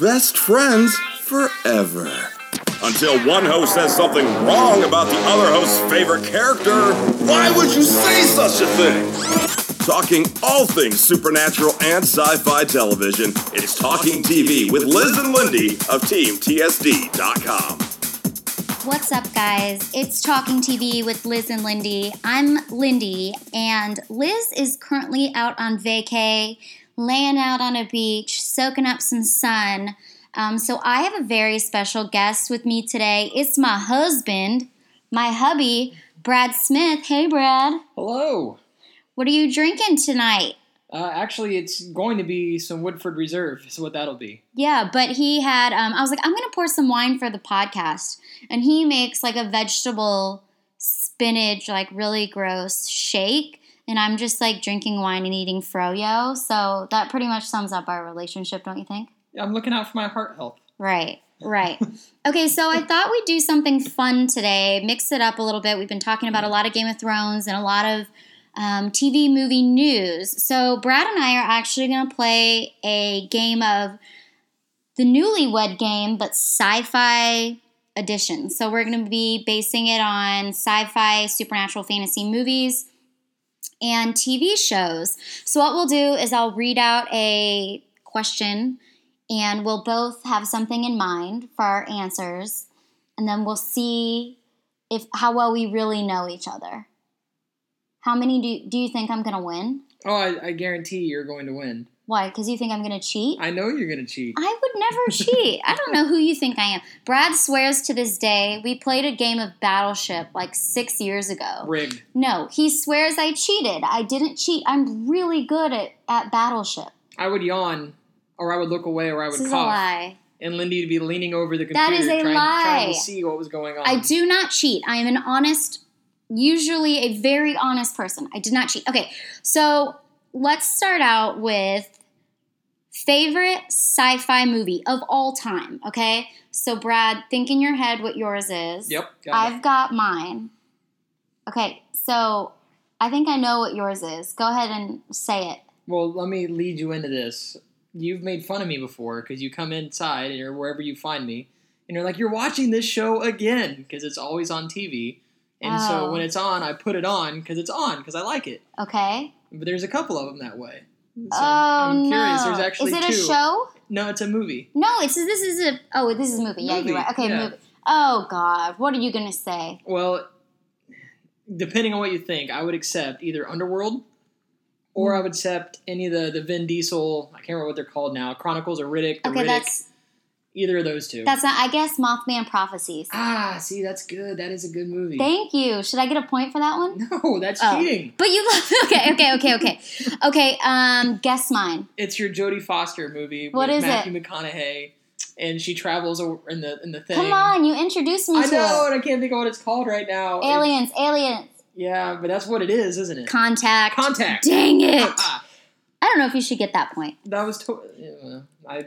best friends forever. Until one host says something wrong about the other host's favorite character. Why would you say such a thing? Talking all things supernatural and sci fi television, it's Talking TV with Liz and Lindy of TeamTSD.com. What's up, guys? It's Talking TV with Liz and Lindy. I'm Lindy, and Liz is currently out on vacay, laying out on a beach, soaking up some sun. Um, so, I have a very special guest with me today. It's my husband, my hubby, Brad Smith. Hey, Brad. Hello. What are you drinking tonight? Uh, actually, it's going to be some Woodford Reserve, is what that'll be. Yeah, but he had, um, I was like, I'm going to pour some wine for the podcast. And he makes like a vegetable spinach, like really gross shake. And I'm just like drinking wine and eating froyo. So that pretty much sums up our relationship, don't you think? I'm looking out for my heart health. Right, right. okay, so I thought we'd do something fun today, mix it up a little bit. We've been talking about a lot of Game of Thrones and a lot of um, TV movie news. So, Brad and I are actually going to play a game of the newlywed game, but sci fi edition. So, we're going to be basing it on sci fi, supernatural, fantasy movies, and TV shows. So, what we'll do is I'll read out a question and we'll both have something in mind for our answers, and then we'll see. If, how well we really know each other. How many do you, do you think I'm going to win? Oh, I, I guarantee you're going to win. Why? Because you think I'm going to cheat? I know you're going to cheat. I would never cheat. I don't know who you think I am. Brad swears to this day we played a game of Battleship like six years ago. Rigged. No, he swears I cheated. I didn't cheat. I'm really good at, at Battleship. I would yawn, or I would look away, or I would This is a cough. lie. And Lindy would be leaning over the computer That is a trying, trying lie. to see what was going on. I do not cheat. I am an honest, usually a very honest person. I did not cheat. Okay, so let's start out with favorite sci fi movie of all time, okay? So, Brad, think in your head what yours is. Yep. Got it. I've got mine. Okay, so I think I know what yours is. Go ahead and say it. Well, let me lead you into this. You've made fun of me before because you come inside or wherever you find me, and you're like, "You're watching this show again" because it's always on TV. And Oh. so when it's on, I put it on because it's on because I like it. Okay. But there's a couple of them that way. So oh I'm curious. no! There's actually is it two. a show? No, it's a movie. No, it's this is a oh this is a movie. Yeah, Movie, you're right. Okay, yeah. movie. Oh God, what are you gonna say? Well, depending on what you think, I would accept either Mm. Underworld or I would accept any of the, the Vin Diesel, I can't remember what they're called now, Chronicles or Riddick. The Okay, Riddick that's either of those two. that's not. I guess Mothman prophecies. ah, see, that's good. That is a good movie. Thank you. Should I get a point for that one? no, that's Oh. cheating. But you love. Okay, okay, okay, okay, okay. Um, guess mine. It's your Jodie Foster movie What with is Matthew McConaughey, and she travels a- in the in the thing. Come on, you introduced me I to know, it. and I can't think of what it's called right now. It's- Aliens, aliens, yeah, but that's what it is, isn't it? contact. Contact. Dang it! I Ah, don't know if you should get that point. that was to- uh, I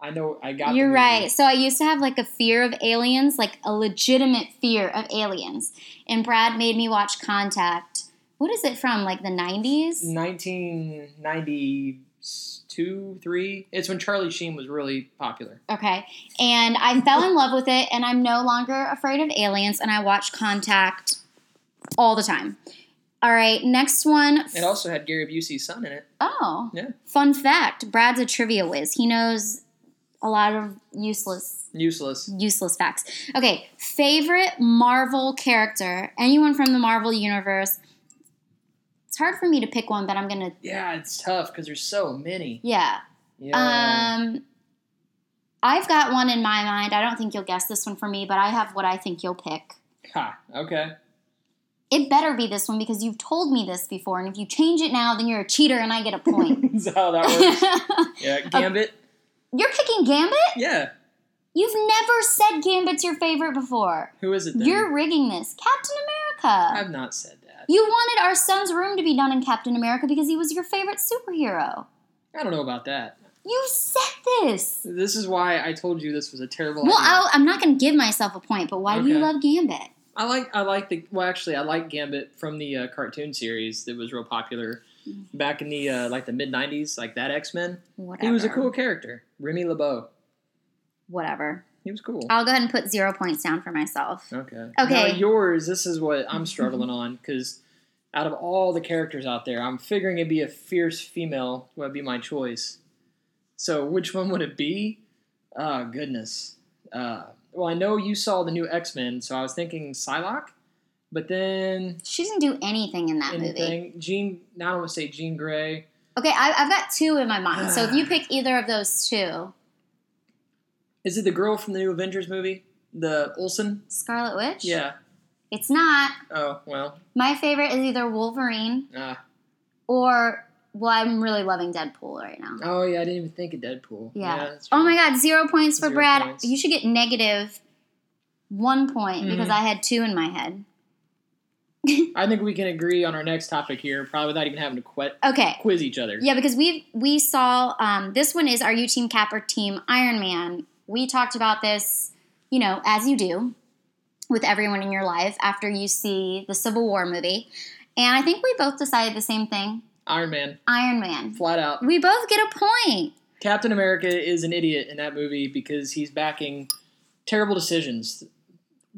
I know I got. the You're movie. right. So I used to have like a fear of aliens, like a legitimate fear of aliens. And Brad made me watch Contact. What is it from? Like the 90s? 1992, three. It's when Charlie Sheen was really popular. Okay. And I fell in love with it, and I'm no longer afraid of aliens, and I watch Contact all the time. All right, next one. It also had Gary Busey's son in it. Oh. Yeah. Fun fact Brad's a trivia whiz. He knows a lot of useless, Useless. useless facts. Okay, favorite Marvel character, anyone from the Marvel universe. It's hard for me to pick one, but I'm gonna. Yeah, it's tough because there's so many. Yeah. Yeah. Um, I've got one in my mind. I don't think you'll guess this one for me, but I have what I think you'll pick. ha. Okay. It better be this one because you've told me this before, and if you change it now, then you're a cheater and I get a point. That's how that works. you're Yeah. Gambit. picking Gambit? Yeah. You've never said Gambit's your favorite before. Who is it then? You're rigging this. Captain America. I've not said that. You wanted our son's room to be done in Captain America because he was your favorite superhero. I don't know about that. You said this. This is why I told you this was a terrible Well, idea. I'll, I'm not going to give myself a point, but why do you Okay. love Gambit? I like I like the well actually I like Gambit from the uh, cartoon series that was real popular Mm-hmm. back in the uh, like the mid '90s, like that X Men. Whatever. He was a cool character, Remy LeBeau. whatever. He was cool. I'll go ahead and put zero points down for myself. Okay. Okay. Now yours, this is what I'm struggling on because out of all the characters out there, I'm figuring it'd be a fierce female would be my choice. So which one would it be? Oh goodness. Uh, well, I know you saw the new X Men, so I was thinking Psylocke, but then She didn't do anything in that movie. anything Jean. Now I don't want to say Jean Grey. Okay, I, I've got two in my mind. So if you pick either of those two, Is it the girl from the new Avengers movie? The Olsen? Scarlet Witch. Yeah. It's not. Oh well. My favorite is either Wolverine Uh, or well, I'm really loving Deadpool right now. oh yeah, I didn't even think of Deadpool. Yeah. that's oh true. my God, zero points for Zero Brad. points. You should get negative one point because Mm-hmm. I had two in my head. I think we can agree on our next topic here, probably without even having to que- Okay. quiz each other. Yeah, because we we saw um, this one is are you Team Cap or Team Iron Man? We talked about this, you know, as you do with everyone in your life after you see the Civil War movie, and I think we both decided the same thing: Iron Man, Iron Man. flat out. We both get a point. Captain America is an idiot in that movie because he's backing terrible decisions,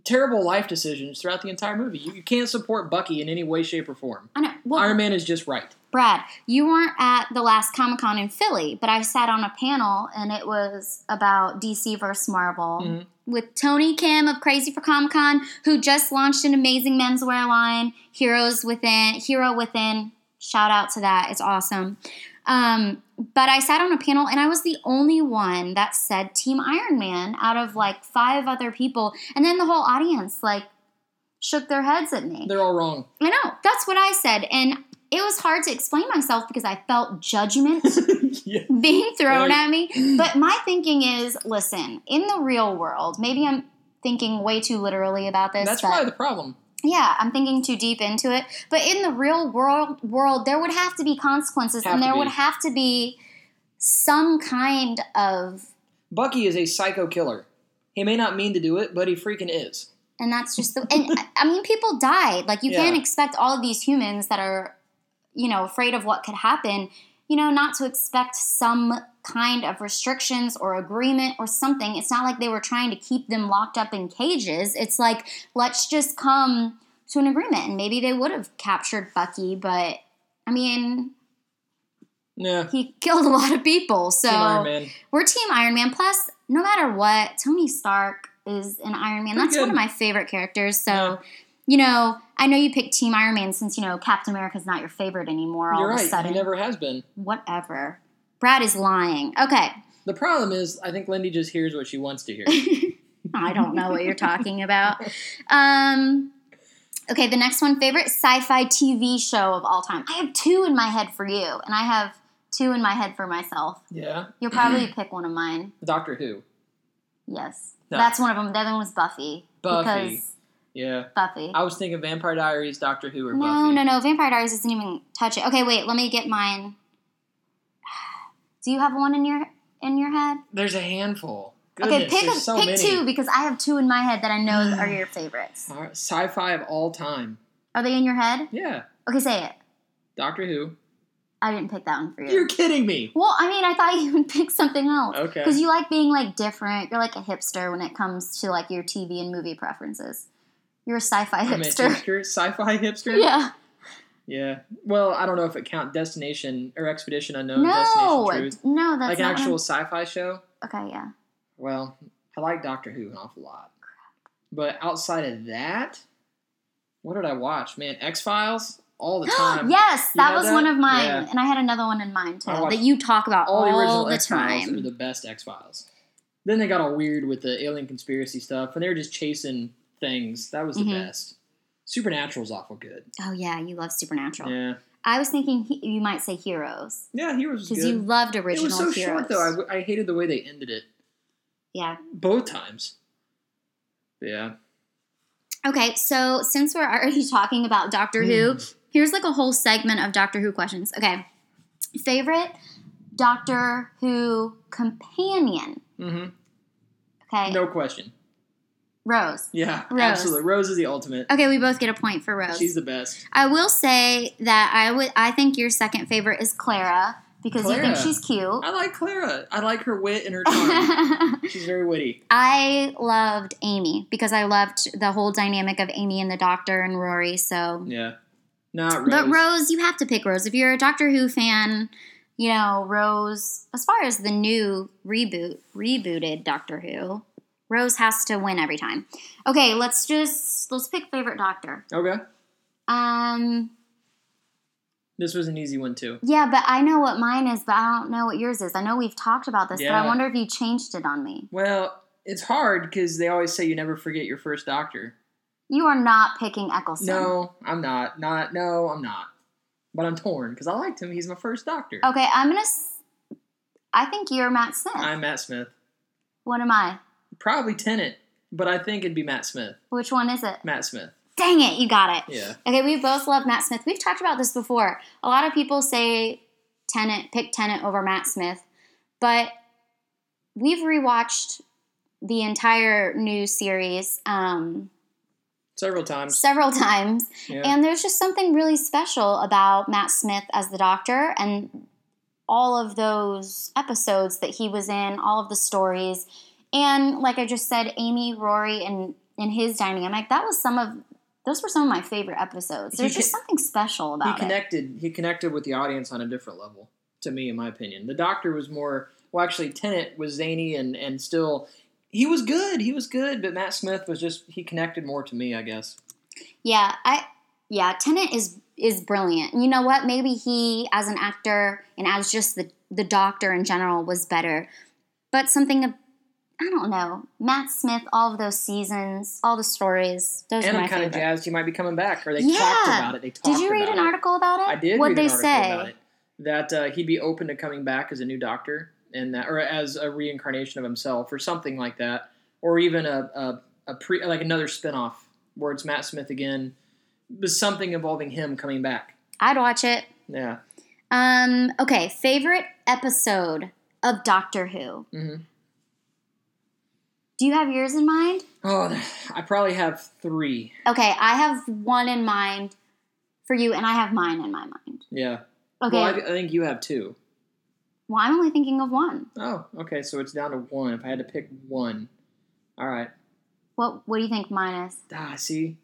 terrible life decisions throughout the entire movie. You, you can't support Bucky in any way, shape, or form. I know. Well, Iron Man is just right. Brad, you weren't at the last Comic Con in Philly, but I sat on a panel and it was about DC versus Marvel with Tony Kim of Crazy for Comic Con, who just launched an amazing menswear line, Heroes Within, Hero Within. Shout out to that, it's awesome. Um, but I sat on a panel and I was the only one that said Team Iron Man out of like five other people, and then the whole audience like shook their heads at me. They're all wrong. I know. That's what I said. And it was hard to explain myself because I felt judgment Yeah. being thrown Right. at me. But my thinking is listen, in the real world, maybe I'm thinking way too literally about this. That's but probably the problem. yeah, I'm thinking too deep into it. But in the real world, world there would have to be consequences Have and to there be. would have to be some kind of. Bucky is a psycho killer. He may not mean to do it, but he freaking is. And that's just the. And I- I mean, people died. Like, you Yeah. can't expect all of these humans that are, you know, afraid of what could happen, you know, not to expect some kind of restrictions or agreement or something. It's not like they were trying to keep them locked up in cages. It's like, let's just come to an agreement. And maybe they would have captured Bucky, but I mean, Yeah. he killed a lot of people. So Team Iron Man. we're Team Iron Man. Plus, no matter what, Tony Stark is an Iron Man. Pretty That's one good. of my favorite characters. So, Yeah. you know, I know you picked Team Iron Man since you know Captain America's not your favorite anymore. All You're of a right. sudden, He never has been. whatever. Brad is lying. Okay, The problem is, I think Lindy just hears what she wants to hear. I don't know what you're talking about. Um, okay, the next one, favorite sci-fi TV show of all time. I have two in my head for you, and I have two in my head for myself. yeah. You'll probably pick one of mine. Doctor Who. Yes, No. that's one of them. The other one was Buffy. Buffy. Because Yeah. Buffy. I was thinking Vampire Diaries, Doctor Who, or No, Buffy. no, no. Vampire Diaries doesn't even touch it. Okay, wait. Let me get mine. Do you have one in your in your head? There's a handful. okay, Goodness, pick a, there's so pick many. two because I have two in my head that I know are your favorites. All right, Sci-fi of all time. Are they in your head? Yeah, Okay, say it. Doctor Who. I didn't pick that one for you. You're kidding me. well, I mean, I thought you would pick something else. Okay. Because you like being like different. You're like a hipster when it comes to like your TV and movie preferences. You're a sci-fi I'm a hipster. hipster. Sci-fi hipster. yeah. Yeah. Well, I don't know if it count Destination or Expedition Unknown. No. Destination Truth. No, that's like an not what I'm- actual sci-fi show. Okay, yeah. Well, I like Doctor Who an awful lot. But outside of that, what did I watch? Man, X Files all the time. yes, You that had was that? one of mine, Yeah. and I had another one in mind too I watched that you talk about all the original the X Files are time. the best X Files. Then they got all weird with the alien conspiracy stuff, and they were just chasing things. That was the Mhm. best. Supernatural's awful good. Oh yeah, you love Supernatural. Yeah, I was thinking he, you might say Heroes yeah, Heroes was because you good. loved It original was so Heroes. short though. I, w- I hated the way they ended it yeah. both times. Yeah, Okay, so since we're already talking about Doctor Hmm. Who, here's like a whole segment of Doctor Who questions. Okay, favorite Doctor Who companion? hmm Okay, no question. Rose. Yeah, Rose. absolutely. Rose is the ultimate. Okay, we both get a point for Rose. She's the best. I will say that I would I think your second favorite is Clara because you Clara. think she's cute. I like Clara. I like her wit and her charm. She's very witty. I loved Amy because I loved the whole dynamic of Amy and the doctor and Rory. So, Yeah. Not Rose. but Rose, you have to pick Rose. If you're a Doctor Who fan, you know, Rose, as far as the new reboot, rebooted Doctor Who, Rose has to win every time. Okay, let's just, let's pick favorite Doctor. Okay. Um, This was an easy one too. yeah, but I know what mine is, but I don't know what yours is. I know we've talked about this, but Yeah. I wonder if you changed it on me. Well, it's hard because they always say you never forget your first doctor. You are not picking Eccleston. No, I'm not. Not no, I'm not. But I'm torn because I liked him. He's my first doctor. Okay, I'm gonna. s- I think you're Matt Smith. I'm Matt Smith. what am I? Probably Tennant, but I think it'd be Matt Smith. Which one is it? Matt Smith. Dang it, you got it. Yeah. Okay, we both love Matt Smith. We've talked about this before. A lot of people say Tenant, pick Tenant over Matt Smith, but we've rewatched the entire new series um, Several times. several times, Yeah. and there's just something really special about Matt Smith as the Doctor and all of those episodes that he was in, all of the stories. And like I just said, Amy, Rory, and, and his dynamic, that was some of those were some of my favorite episodes. He There's just con- something special he about it. connected he connected with the audience on a different level, to me in my opinion. The doctor was more well actually Tennant was zany and, and still he was good. He was good, but Matt Smith was just he connected more to me, I guess. Yeah, I yeah, Tennant is is brilliant. And You know what? Maybe he as an actor and as just the the doctor in general was better. But something ab- I don't know. Matt Smith, all of those seasons, all the stories, those and are my I'm kind of favorite. jazzed he might be coming back. Or they Yeah. talked about it. They talked Did you read about an it. article about it? I did. What'd read they an article say? About it, that uh, he'd be open to coming back as a new doctor and that, or as a reincarnation of himself, or something like that, or even a a, a pre like another spinoff where it's Matt Smith again, but something involving him coming back. I'd watch it. Yeah. Um, okay, favorite episode of Doctor Who. hmm Do you have yours in mind? Oh, I probably have three. Okay, I have one in mind for you, and I have mine in my mind. Yeah. Okay, Well, I, I think you have two. well I'm only thinking of one. Oh, okay. So it's down to one. If I had to pick one, all right. What What do you think mine is? Ah, see,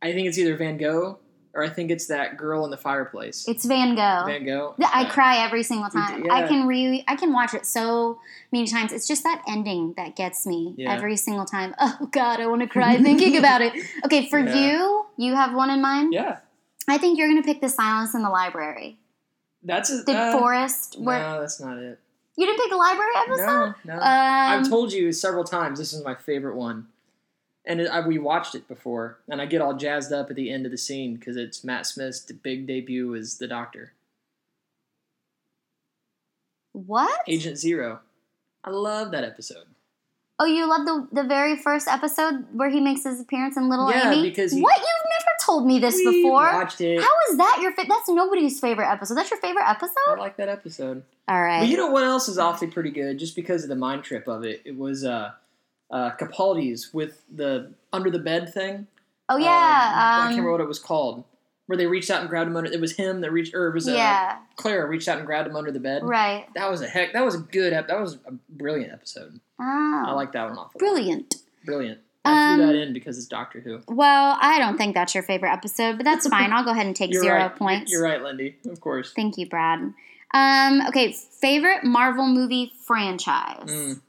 I think it's either Van Gogh or I think it's that girl in the fireplace. It's Van Gogh. Van Gogh. Th- I Okay. cry every single You time. do- I yeah. can re I can watch it so many times. It's just that ending that gets me Yeah. every single time. Oh God, I want to cry thinking about it. Okay, for Yeah. you, you have one in mind. Yeah, I think you're gonna pick the silence in the library. that's a, The uh, forest. Where No, that's not it. you didn't pick the library episode? No, no. Um, I've told you several times this is my favorite one, and it, I, we watched it before, and I get all jazzed up at the end of the scene because it's Matt Smith's d- big debut as the Doctor, what? Agent Zero. I love that episode. Oh, you love the the very first episode where he makes his appearance in Little Yeah, Amy. because he- what you've never told me this We before. watched it. How is that your fa- that's nobody's favorite episode? That's your favorite I episode? like that episode. All right. But you know what else is awfully pretty good, just because of the mind trip of it. It was uh, uh, Capaldi's with the under the bed thing. oh um, I yeah. can't Um, remember what it was called. Where they reached out and grabbed him under. It was him that reached, or it was uh, yeah. Clara reached out and grabbed him under the bed. Right. That was a heck. That was a good. ep- That was a brilliant episode. Oh. I like that one awful. brilliant. Brilliant. I threw Um, that in because it's Doctor Who. Well, I don't think that's your favorite episode, but that's fine. I'll go ahead and take You're zero right. points. You're right, Lindy. Of course. Thank you, Brad. Um, okay, favorite Marvel movie franchise. Mm.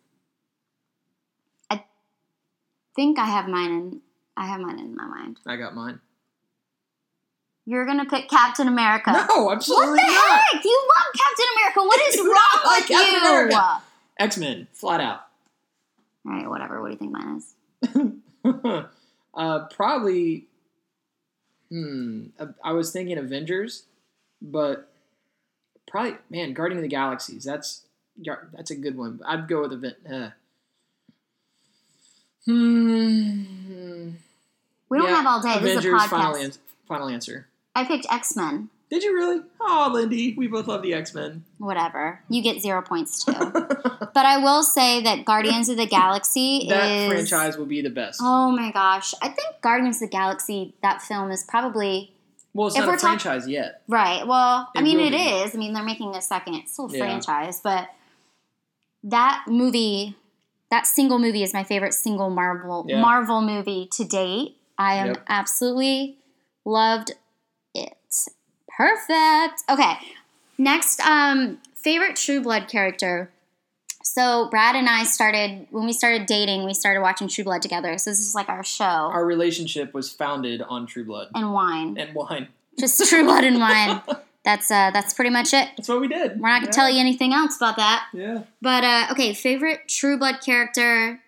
think I have mine in I have mine in my mind. I got mine. You're gonna pick Captain America. No, What absolutely the not. heck? You love Captain America. What is do wrong not like with Captain you? America. All X Men, flat out. right, whatever. What do you think mine is? uh, probably. Hmm. I was thinking Avengers, but probably man, Guardian of the Galaxies. That's gar- that's a good one. I'd go with Aven- uh. Hmm. We don't Yeah, have all day. Oh, this is a Avengers. podcast. Final, ans- final answer. I picked X Men. Did you really? Oh, Lindy, we both love the X Men. Whatever. You get zero points too. but I will say that Guardians of the Galaxy That is franchise will be the best. Oh my gosh. I think Guardians of the Galaxy, that film is probably Well, it's If not we're a talk- franchise yet. Right. Well, I It mean, will it be. is. I mean, they're making a second it's still a Yeah. franchise, but that movie, that single movie, is my favorite single Marvel Yeah. Marvel movie to date. I am Yep. absolutely loved it. Perfect. Okay. Next, um, favorite True Blood character. So Brad and I started when we started dating. We started watching True Blood together. So this is like our show Our relationship was founded on True Blood and wine, and wine. just True Blood and wine. That's uh, that's pretty much it. That's what we did. We're not gonna yeah. tell you anything else about that. Yeah. But uh, okay, favorite True Blood character.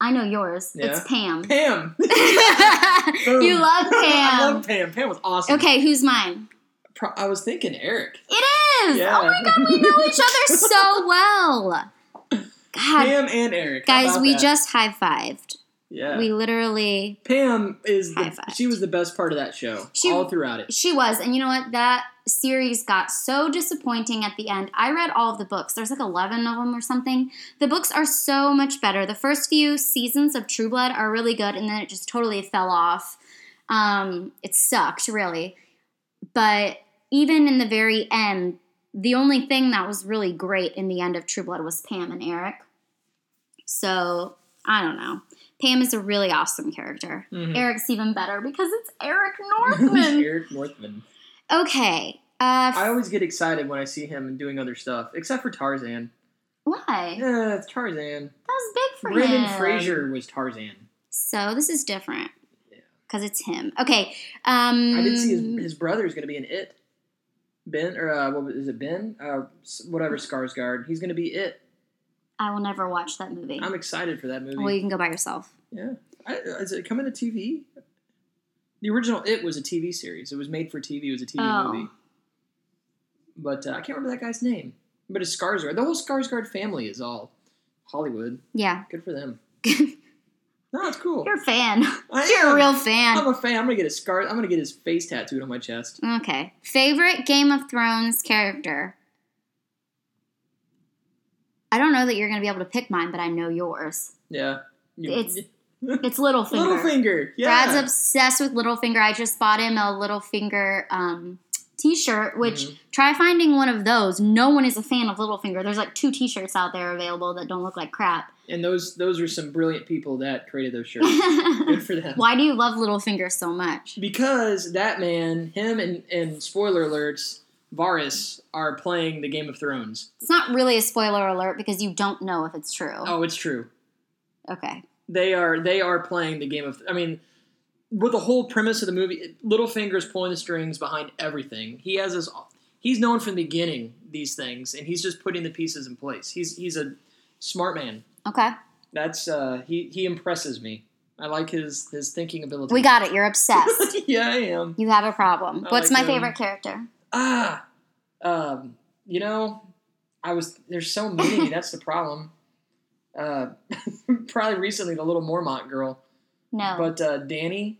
I know yours. Yeah. It's Pam. Pam. you love Pam. I love Pam. Pam was awesome. Okay, who's mine? Pro- I was thinking Eric. It is. Yeah. Oh my god, we know each other so well. God, Pam and Eric. How guys, about we that? just high fived. yeah. We literally Pam is High the, five. she was the best part of that show She- all throughout it. She was, and you know what? That series got so disappointing at the end. I read all of the books. There's like 11 of them or something. The books are so much better. The first few seasons of True Blood are really good, and then it just totally fell off. Um, it sucked, really. But even in the very end, the only thing that was really great in the end of True Blood was Pam and Eric. So, I don't know. Pam is a really awesome character. Mhm. Eric's even better because it's Eric Northman. Eric Northman. Okay. Uh, I always get excited when I see him doing other stuff, except for Tarzan. why? That Yeah, it's Tarzan. was big for Brandon him. Fraser was Tarzan. So this is different. Yeah. Because it's him. Okay. Um, I did see his, his brother is going to be in it. Ben or uh, what was- is it? Ben, uh, s- whatever Skarsgård. He's going to be it. I will never watch that movie. I'm excited for that movie. well, you can go by yourself. yeah, I, is it coming to TV? The original It was a TV series. It was made for TV. It was a TV Oh. movie. But uh, I can't remember that guy's name. But it's Skarsgård. The whole Skarsgård family is all Hollywood. Yeah. Good for them. no, it's cool. You're a fan. I You're am. a real I'm fan. a fan. I'm gonna get a scar. I'm gonna get his face tattooed on my chest. Okay. Favorite Game of Thrones character? I don't know that you're going to be able to pick mine, but I know yours. Yeah. You- It's It's Littlefinger. Littlefinger. Yeah. Brad's obsessed with Littlefinger. I just bought him a Littlefinger um, t-shirt, which Mhm. try finding one of those. No one is a fan of Littlefinger. There's like two t-shirts out there available that don't look like crap. And those those are some brilliant people that created those shirts. Good Why for them. do you love Littlefinger so much? Because that man, him, and and spoiler alerts, Varys are playing the Game of Thrones. It's not really a spoiler alert because you don't know if it's true. Oh, it's true. Okay. They are they are playing the Game of. I mean, with the whole premise of the movie, Littlefinger's pulling the strings behind everything. He has his. He's known from the beginning these things, and he's just putting the pieces in place. He's he's a smart man. Okay. That's uh, he he impresses me. I like his his thinking ability. We got it. You're obsessed. yeah, I am. you have a problem. I What's like my him. favorite character? Ah, um, you know, I was there's so many. that's the problem. Uh, probably recently the little Mormont girl, No. but uh, Danny.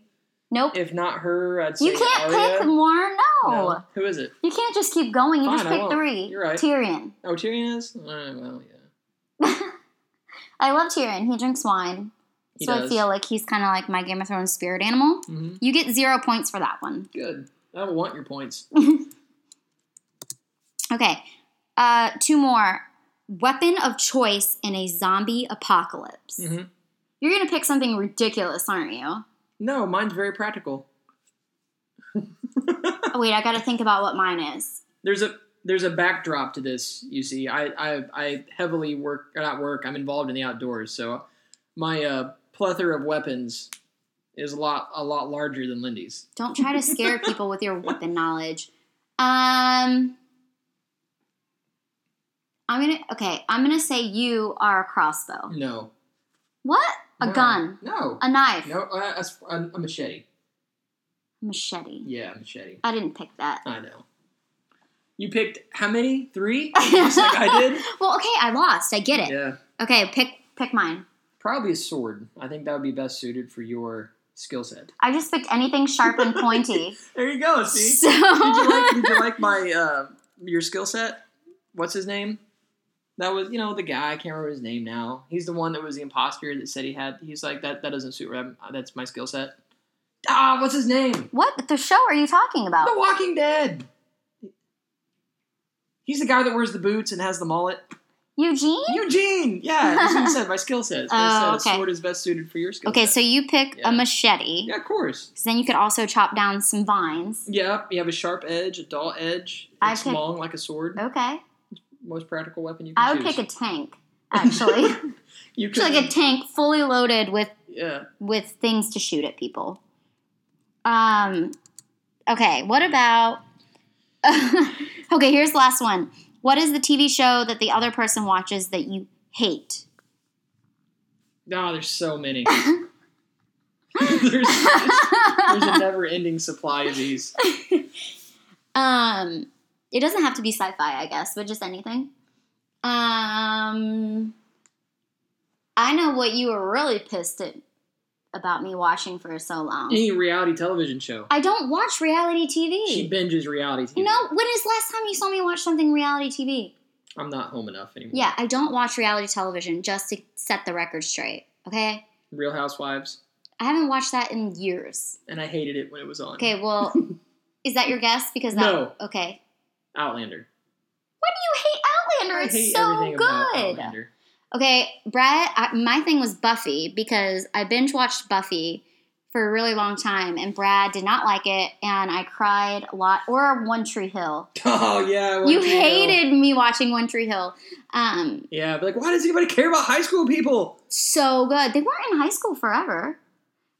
nope. If not her, I'd say Oh. You can't Arya. pick more. No. No. Who is it? You can't just keep going. You Fine, just I pick won't. three. You're right. Tyrion. Oh, Tyrion is. Alright, well, yeah. I love Tyrion. He drinks wine. He so does. I feel like he's kind of like my Game of Thrones spirit animal. Mhm. You get zero points for that one. Good. I want your points. Okay, uh, two more. Weapon of choice in a zombie apocalypse. Mhm. You're gonna pick something ridiculous, aren't you? No, mine's very practical. Oh, wait, I gotta think about what mine is. there's a there's a backdrop to this. You see, I I, I heavily work or not work. I'm involved in the outdoors, so my uh, plethora of weapons is a lot a lot larger than Lindy's. Don't try to scare people with your weapon knowledge. Um, I'm gonna okay. I'm gonna say you are a crossbow. No, What? A No. gun? No, A knife? no, uh, a s- a, a machete. Machete? Yeah, a machete. I didn't pick that. I know. You picked how many? Three? Just like I did. Well, okay, I lost. I get it. Yeah, Okay, pick pick mine. probably a sword. I think that would be best suited for your skill set. I just picked anything sharp and pointy. There you go. See. so did you like did you like my uh, your skill set? What's his name? That was, you know, the guy. I can't remember his name now. He's the one that was the imposter that said he had. He's like that. That doesn't suit. Rem. That's my skill set. Ah, what's his name? What the show are you talking about? The Walking Dead. He's the guy that wears the boots and has the mullet. Eugene? Eugene. Yeah, that's what he said. My skill set. It's what I Oh, said. okay. A sword is best suited for your skill. Okay, set. so you pick Yeah. a machete. yeah, of course. So then you could also chop down some vines. Yep, you have a sharp edge, a dull edge. I It's pick- long like a sword. Okay. Most practical weapon you can I would choose. pick a tank, actually. you could, Actually, like a tank fully loaded with yeah. with things to shoot at people. Um okay, what about Okay, here's the last one. What is the TV show that the other person watches that you hate? No, there's so many. there's, there's a never-ending supply of these. Um, it doesn't have to be sci-fi, I guess, but just anything. Um, I know what you were really pissed at about me watching for so long. Any reality television show. I don't watch reality TV. She binges reality TV. no, when is last time you saw me watch something reality TV? I'm not home enough anymore. Yeah, I don't watch reality television just to set the record straight. Okay, Real Housewives, I haven't watched that in years. and I hated it when it was on. Okay, well, is that your guess? Because that, No. Okay, Outlander. why do you hate Outlander? I It's hate so everything good. about Outlander. Okay, Brett, I, my thing was Buffy because I binge watched Buffy for a really long time, and Brad did not like it, and I cried a lot. Or One Tree Hill. Oh yeah, One you Tree Hill. hated me watching One Tree Hill. Um, Yeah, but like, why does anybody care about high school people? so good. They weren't in high school forever.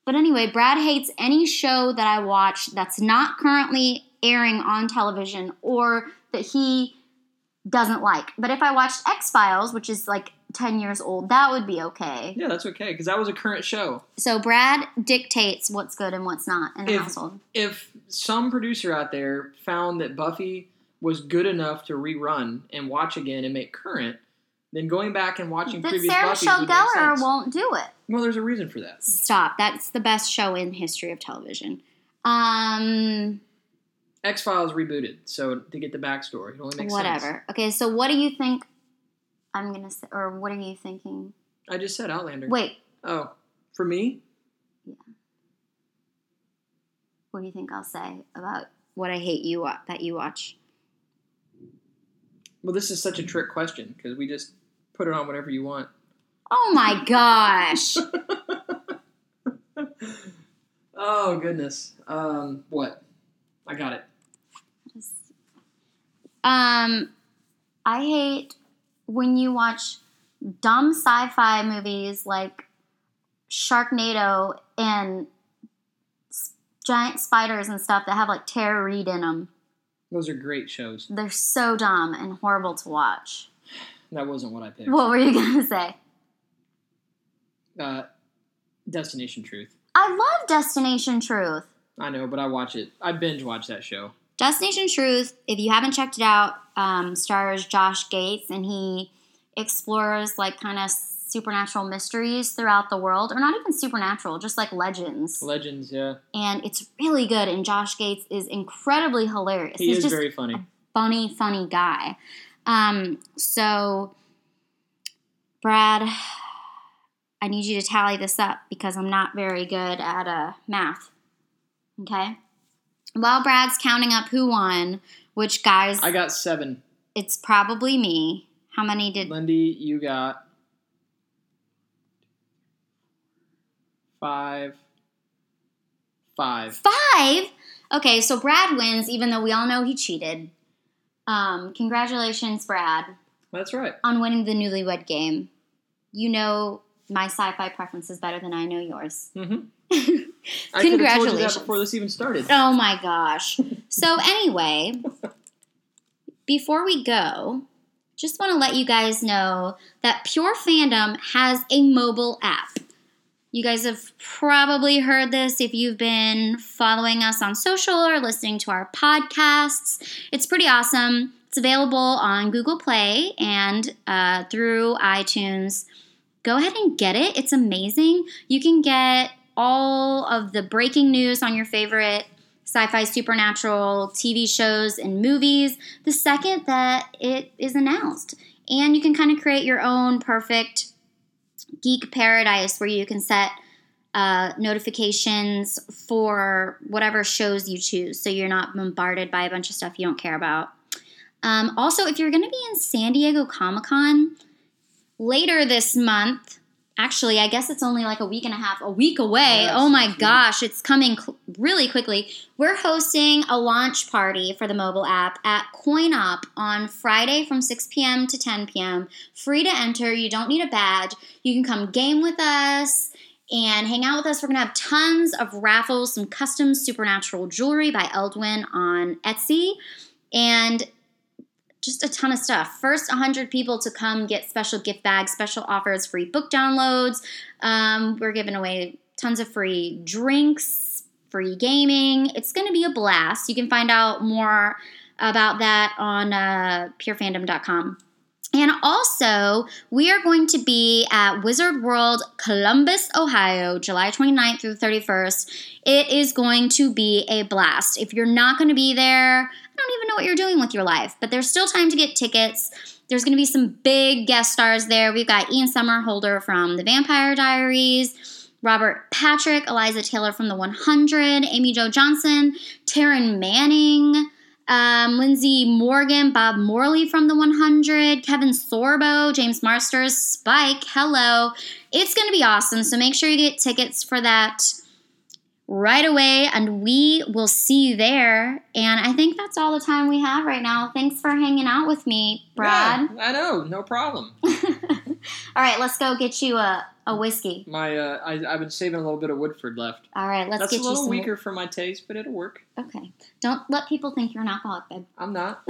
But anyway, Brad hates any show that I watch that's not currently airing on television or that he doesn't like. But if I watched X Files, which is like 10 years old, that would be okay. Yeah, that's okay because that was a current show. So Brad dictates what's good and what's not in the If- household. if some producer out there found that Buffy was good enough to rerun and watch again and make current, then going back and watching But previous Sarah Buffys Michelle would make Gellar sense. won't do it. Well, there's a reason for that. Stop. That's the best show in history of television. Um, X Files rebooted, so to get the backstory, it only makes whatever. sense. Okay, so what do you think? I'm gonna say, or what are you thinking? I just said Outlander. Wait, Oh, for me, what do you think I'll say about what I hate you wa- that you watch? well, this is such a trick question because we just put it on whatever you want. Oh my gosh! Oh goodness. Um, what? I got it. Um, I hate when you watch dumb sci-fi movies like Sharknado and s- giant spiders and stuff that have like Tara Reid in them. Those are great shows. They're so dumb and horrible to watch. That wasn't what I picked. What were you gonna say? Uh, Destination Truth. I love Destination Truth. I know, but I watch it. I binge watch that show. Destination Truth, if you haven't checked it out, um, stars Josh Gates and he explores like kind of supernatural mysteries throughout the world, or not even supernatural, just like legends. Legends, yeah. And it's really good, and Josh Gates is incredibly hilarious. He He's is just very funny. funny, funny guy. Um, so, Brad, I need you to tally this up because I'm not very good at uh, math. Okay? While Brad's counting up who won, which guys, I got seven. it's probably me. How many did? Lindy, you got five. Five. Five? Okay, so Brad wins, even though we all know he cheated. Um, congratulations, Brad. That's right. on winning the newlywed game. You know my sci-fi preferences better than I know yours. Mm-hmm. I could have told you that Congratulations. before this even started. Oh my gosh. So anyway, before we go, just want to let you guys know that Pure Fandom has a mobile app. You guys have probably heard this if you've been following us on social or listening to our podcasts. It's pretty awesome. It's available on Google Play and uh, through iTunes. Go ahead and get it. It's amazing. You can get all of the breaking news on your favorite sci fi supernatural TV shows and movies the second that it is announced. And you can kind of create your own perfect geek paradise where you can set uh, notifications for whatever shows you choose so you're not bombarded by a bunch of stuff you don't care about. Um, also, if you're going to be in San Diego Comic Con later this month, actually, I guess it's only like a week and a half, a week away. Yeah, oh my it's- gosh, it's coming cl- really quickly. We're hosting a launch party for the mobile app at CoinOp on Friday from 6 p.m. to 10 p.m. Free to enter, you don't need a badge. You can come game with us and hang out with us. We're going to have tons of raffles, some custom supernatural jewelry by Eldwin on Etsy, and just a ton of stuff. First 100 people to come get special gift bags, special offers, free book downloads. Um, we're giving away tons of free drinks, free gaming. It's going to be a blast. You can find out more about that on uh, purefandom.com. And also, we are going to be at Wizard World Columbus, Ohio, July 29th through the 31st. It is going to be a blast. If you're not going to be there, I don't even know what you're doing with your life, but there's still time to get tickets. There's going to be some big guest stars there. We've got Ian Somerholder from The Vampire Diaries, Robert Patrick, Eliza Taylor from The 100, Amy Jo Johnson, Taryn Manning um, Lindsay Morgan, Bob Morley from the 100, Kevin Sorbo, James Marsters, Spike. Hello. It's going to be awesome. So make sure you get tickets for that right away, and we will see you there. And I think that's all the time we have right now. Thanks for hanging out with me, Brad. Yeah, I know, no problem. All right, let's go get you a, a whiskey. My uh, I, I've been saving a little bit of Woodford left. All right, let's That's get a you little some. weaker for my taste, but it'll work. Okay, don't let people think you're an alcoholic, babe. I'm not.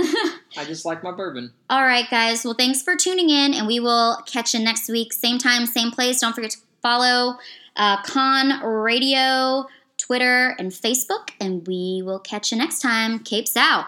I just like my bourbon. All right, guys. Well, thanks for tuning in, and we will catch you next week. Same time, same place. Don't forget to follow uh, Con Radio, Twitter, and Facebook, and we will catch you next time. Capes out.